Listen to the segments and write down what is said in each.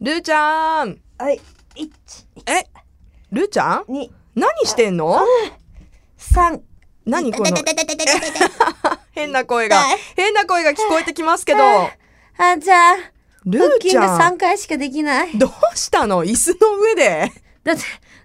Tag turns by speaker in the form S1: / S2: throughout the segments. S1: ルーちゃん
S2: はい、一、
S1: えルーちゃん
S2: 二、
S1: 何してんの
S2: 三。
S1: 何この
S2: 痛い痛い痛い痛い痛い痛い痛い
S1: 変な声が
S2: 痛い
S1: 変な声が聞こえてきますけど
S2: あーちゃん、
S1: ル
S2: 腹
S1: ー
S2: 筋
S1: ち
S2: が
S1: ゃん
S2: 三回しかできない。
S1: どうしたの椅子の上で
S2: だって、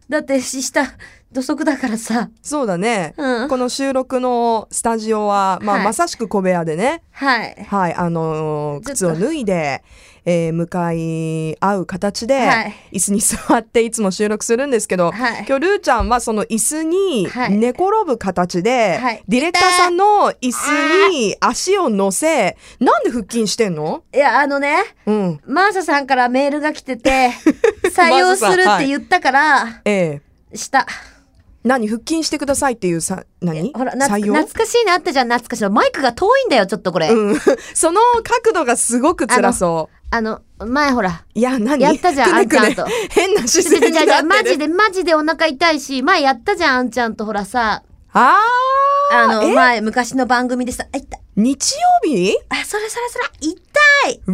S2: だって下土足だからさ。
S1: そうだね、
S2: うん
S1: この収録のスタジオは、まあ
S2: はい
S1: まさしく小部屋でね
S2: はい。
S1: はいあのー
S2: ず
S1: 靴
S2: っ
S1: を
S2: と
S1: 脱いで、えー向かい合う形で、
S2: はい
S1: 椅子に座っていつも収録するんですけど、
S2: はい
S1: 今日ルーちゃんはその椅子に
S2: はい
S1: 寝転ぶ形で、
S2: はい
S1: ディレクターさんの椅子に足を乗せなんで腹筋してんの
S2: いや、あのね、
S1: うん
S2: マーサさんからメールが来 てて、採用するって言ったから、
S1: ええ
S2: した。
S1: 何腹筋してくださいっていうさ何
S2: ほら、な
S1: 採用
S2: 懐かしいなあったじゃん、懐かしいの。マイクが遠いんだよ、ちょっとこれ。
S1: うん、 その角度がすごく辛そ
S2: あの、前 ほら。
S1: ういや何
S2: やったじゃん
S1: くねく
S2: あ
S1: ね
S2: んちゃんと
S1: 変な
S2: ちょ
S1: 姿
S2: ちょち
S1: 勢
S2: ょ
S1: に
S2: ち
S1: なっ
S2: ょ
S1: て
S2: ち
S1: る
S2: ょマジで、マジでお腹痛いし、前やったじゃん、あんちゃんとほらさ。
S1: あ
S2: あ
S1: ー
S2: の、前、昔の番組でさ、あ、痛いた。
S1: 日曜日
S2: あ、それそれそれ、痛い
S1: Radio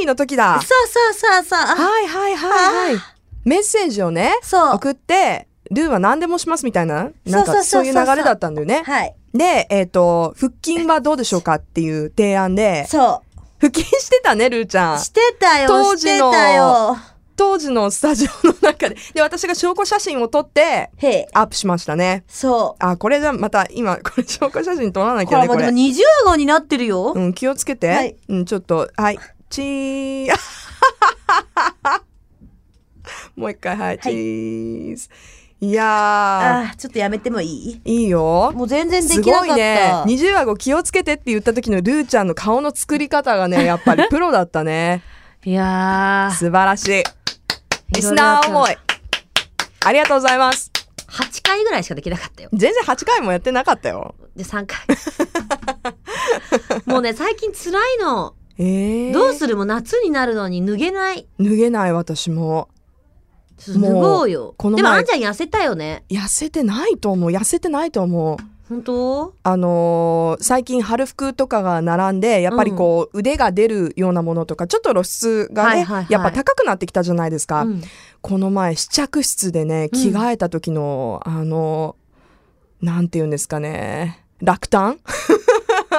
S1: Infinity の時だ
S2: そうそうそうそう。あ
S1: はいはいはいはい。メッセージをね、
S2: そう
S1: 送って、ルーは何でもしますみたいな、なん
S2: そうそうそうそ
S1: か
S2: う
S1: そういう流れだったんだよね。
S2: はい。
S1: で、えっ、と、腹筋はどうでしょうかっていう提案で、
S2: そ
S1: 腹筋してたね、ルーちゃ
S2: う。
S1: ん。
S2: してたよ、
S1: 当
S2: して
S1: 時の
S2: たよ。
S1: 当時のスタジオの中で。で、私が証拠写真を撮って、
S2: へえ。
S1: アップしましたね。
S2: そ
S1: あ、これじゃまた今、これ証拠写真撮らな
S2: う。
S1: き
S2: ほ
S1: ゃ
S2: ら、
S1: ね、
S2: も
S1: こ
S2: うでも
S1: れ。
S2: 20号になってるよ。
S1: うん、気をつけて。
S2: はい
S1: うん、ちょっと、はい。チー もう一回、はい、チーズ。いや
S2: ああ、ちょっとやめてもいい
S1: ー、いいよ。
S2: もう全然ですきなか
S1: ご
S2: っ
S1: いね。
S2: た。
S1: 二重顎気をつけてって言った時のルーちゃんの顔の作り方が ね、やっぱりプロだったね。
S2: いやー。
S1: 素晴らしい。リスナー思い。ありがとうございます。
S2: 8回ぐらいしかできなかったよ。
S1: 全然8回もやってなかったよ。
S2: で、3回。 もうね、最近辛いの。
S1: ええー。
S2: どうするもう夏になるのに脱げない。
S1: 脱げない私も。
S2: ちょっと脱ごうよ。
S1: この前
S2: でも、あんちゃん痩せたよね。
S1: 痩せてないと思う。痩せてないと思う。
S2: 本当
S1: あのー最近春服とかが並んでやっぱりこう、腕が出るようなものとかちょっと露出がね、
S2: はいはいはい
S1: やっぱ高くなってきたじゃないですか、
S2: うん
S1: この前試着室でね着替えた時の、あのーなんて言うんですかね落胆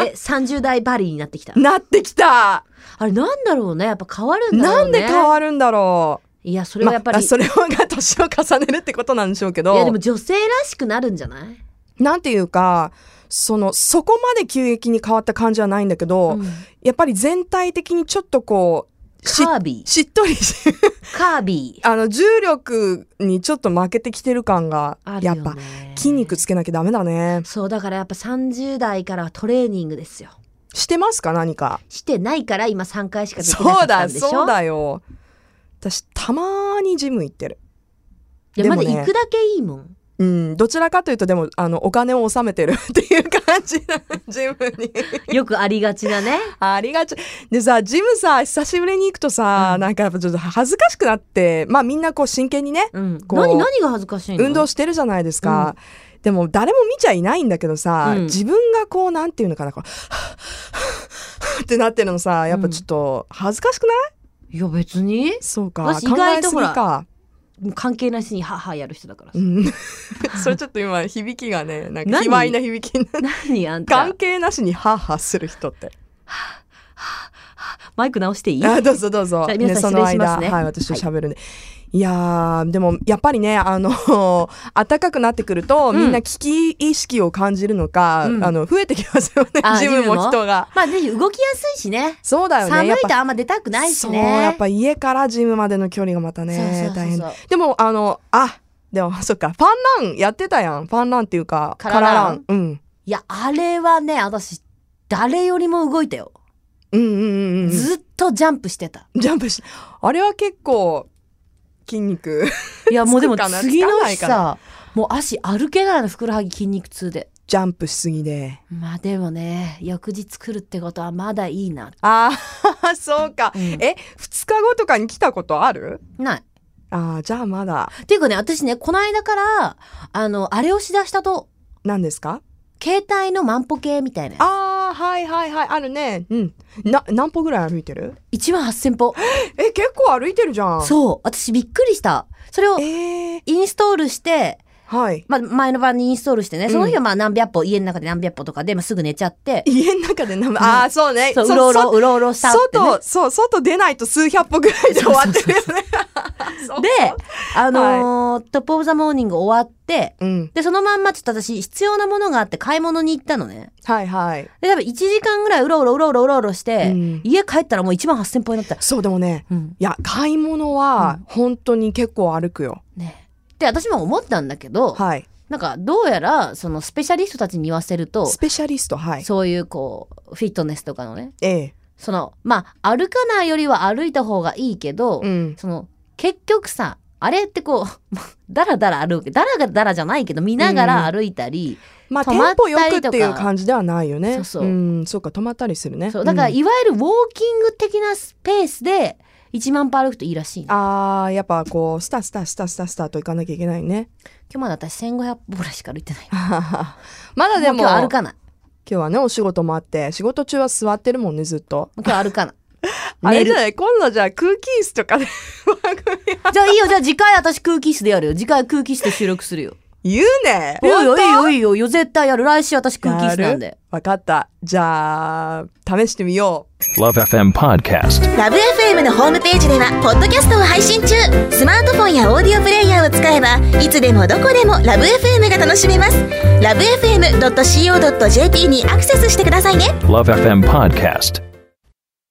S2: え、30代バリーになってきた。
S1: なってきた、
S2: あれなんだろうね。やっぱ変わるんだ
S1: な
S2: ろうんね。
S1: で変わるんだろう
S2: いや、それはやっぱり、
S1: まあそれが年を重ねるってことなんでしょうけど
S2: いや、でも女性らしくなるんじゃない、
S1: なんていうかそのそこまで急激に変わった感じはないんだけど、
S2: うん
S1: やっぱり全体的にちょっとこうし
S2: カービ
S1: しっとりし
S2: ー。カービー。
S1: あの重力にちょっと負けてきてる感が
S2: ある
S1: や
S2: よ
S1: っ
S2: ね。
S1: ぱ筋肉つけなきゃダメだね
S2: そう、だからやっぱ30代からはトレーニングですよ。
S1: してますか何か
S2: してないから今3回しかできなか
S1: そ
S2: っ
S1: う
S2: た
S1: だ
S2: んでしょ
S1: そうだよ私たまーにジム行ってる
S2: いや、
S1: で
S2: ま
S1: も
S2: だ
S1: ね
S2: 行くだけいいもん。
S1: うんどちらかというとでもあのお金を納めてるっていう感じなジムに
S2: よくありがちなね。
S1: ありがちでさジムさ久しぶりに行くとさ、
S2: うん
S1: なんかやっぱちょっと恥ずかしくなってまあみんなこう真剣にね
S2: うん。
S1: こう
S2: 何、何が恥ずかしいの
S1: 運動してるじゃないですか、でも誰も見ちゃいないんだけどさ、
S2: うん
S1: 自分がこうなんていうのかなこうってなってるのさやっぱちょっと恥ずかしくない、
S2: いや、別に
S1: そうか
S2: 私意
S1: 考
S2: 外
S1: え
S2: と
S1: すぎか、
S2: もう関係なしにハハやる人だから
S1: う。ん、 それちょっと今響きがねなんか
S2: 何
S1: 卑猥な響きにな
S2: 何あんた
S1: 関。係なしにハーハーする人って
S2: マイク直していい
S1: あどうぞどうぞ、
S2: じゃあ皆さん
S1: その
S2: 失礼します
S1: 間、
S2: ね
S1: はい、私と喋るんで、い、やーでもやっぱりねあの 暖かくなってくると、
S2: うん
S1: みんな危機意識を感じるのか、
S2: うん
S1: あの増えてきますよね
S2: あ
S1: ジム
S2: ジム
S1: も
S2: も
S1: 人が。
S2: まあ、ぜひ動きやすいしね。
S1: そうだよね。
S2: 寒い
S1: やっぱ
S2: とあんま出たくないしね。
S1: そう、やっぱ家からジムまでの距離がまたね、
S2: そうそうそうそう
S1: 大変。でも、あの、あ、でも、 そっか、ファンランやってたやん。ファンランっていうか、
S2: カララン
S1: うん。
S2: いや、あれはね、私、誰よりも動いたよ。
S1: うんうんうんうん。ジ
S2: ずっとジャンプしてた。
S1: ャンプし、あれは結構、筋肉。
S2: いや、もうでも
S1: つくかな
S2: 次
S1: つか
S2: の
S1: ない
S2: 日
S1: かな
S2: さ、もう足歩けないの、ふくらはぎ筋肉痛で。
S1: ジャンプしすぎで。
S2: まあでもね、翌日来るってことはまだいいな。
S1: ああ、そうか。
S2: うん
S1: え、二日後とかに来たことある
S2: ない。
S1: ああ、じゃあまだ。
S2: っていうかね、私ね、この間から、あの、あれをしだしたと、
S1: 何ですか
S2: 携帯の万歩計みたいなやつ
S1: ああ、はいはいはいあるねうんな何歩ぐらい歩いてる
S2: 1万8000歩。
S1: え結構歩いてるじゃん
S2: そう。私びっくりした。それを
S1: えー、
S2: インストールして、
S1: はい
S2: まあ、前の晩にインストールしてね、
S1: ん
S2: その日はまあ何百歩、家の中で何百歩とかで、まあ、すぐ寝ちゃって、
S1: 家の中で生ああそうね
S2: そう、
S1: そう
S2: ろうろ、
S1: そう
S2: ろうろしたって、ね。
S1: 外そう外出ないと数百歩ぐらいで終わってるよね そう
S2: で、あのートップオブザモーニング終わって、
S1: うん
S2: で、そのまんまちょっと私、必要なものがあって買い物に行ったのね。
S1: はいはい、
S2: で、多分1時間ぐらいうろうろうろうろうろうろして、
S1: うん
S2: 家帰ったらもう1万8000歩になった。
S1: そうでもね
S2: うん。
S1: いや買い物は本当に結構歩くよ、
S2: ね。で、私も思ったんだけど、
S1: はい
S2: なんか、どうやら、そのスペシャリストたちに言わせると
S1: ス、ペシャリストはい
S2: そういうこう、フィットネスとかのね、
S1: ええ
S2: その、まあ、歩かないよりは歩いた方がいいけど、
S1: うん
S2: その、結局さ、あれってこう、 だらだら歩く。だらだらじゃないけど、見ながら歩いたり、
S1: まあテ
S2: 止ま
S1: ン
S2: った
S1: ポ
S2: り
S1: よ
S2: とか
S1: くっていう感じではないよね
S2: そうそうん
S1: そうか止まったりするね
S2: そう、だから、
S1: ん
S2: いわゆるウォーキング的なスペースで、1万歩歩くといいらしいの。今
S1: あーやっぱこうスタスタスタスタスタと行かなきゃいけないね
S2: 日まで私1500歩ぐらいしか歩いてない。
S1: まだでも
S2: もう今日歩かない。
S1: 今日はねお仕事もあって仕事中は座ってるもんねずっと
S2: もう今日歩かない。
S1: あれ
S2: 寝
S1: じゃ
S2: る。
S1: ない今度じゃあ空気椅子とかで 番組や
S2: じゃあいいよ、じゃあ次回私空気椅子でやるよ。次回空気椅子で収録するよ。
S1: 言うね
S2: いいよ、いい
S1: 本
S2: よ、いいよ、いいよ、絶対やる。来週私空気椅子なんで。
S1: 当わかったじゃあ試してみよう
S3: Love FM Podcast.
S4: ラブ f m のホームページではポッドキャストを配信中スマートフォンやオーディオプレイヤーを使えばいつでもどこでもラブ f m が楽しめますラブ FM.co.jp にアクセスしてくださいね
S3: Love FM Podcast.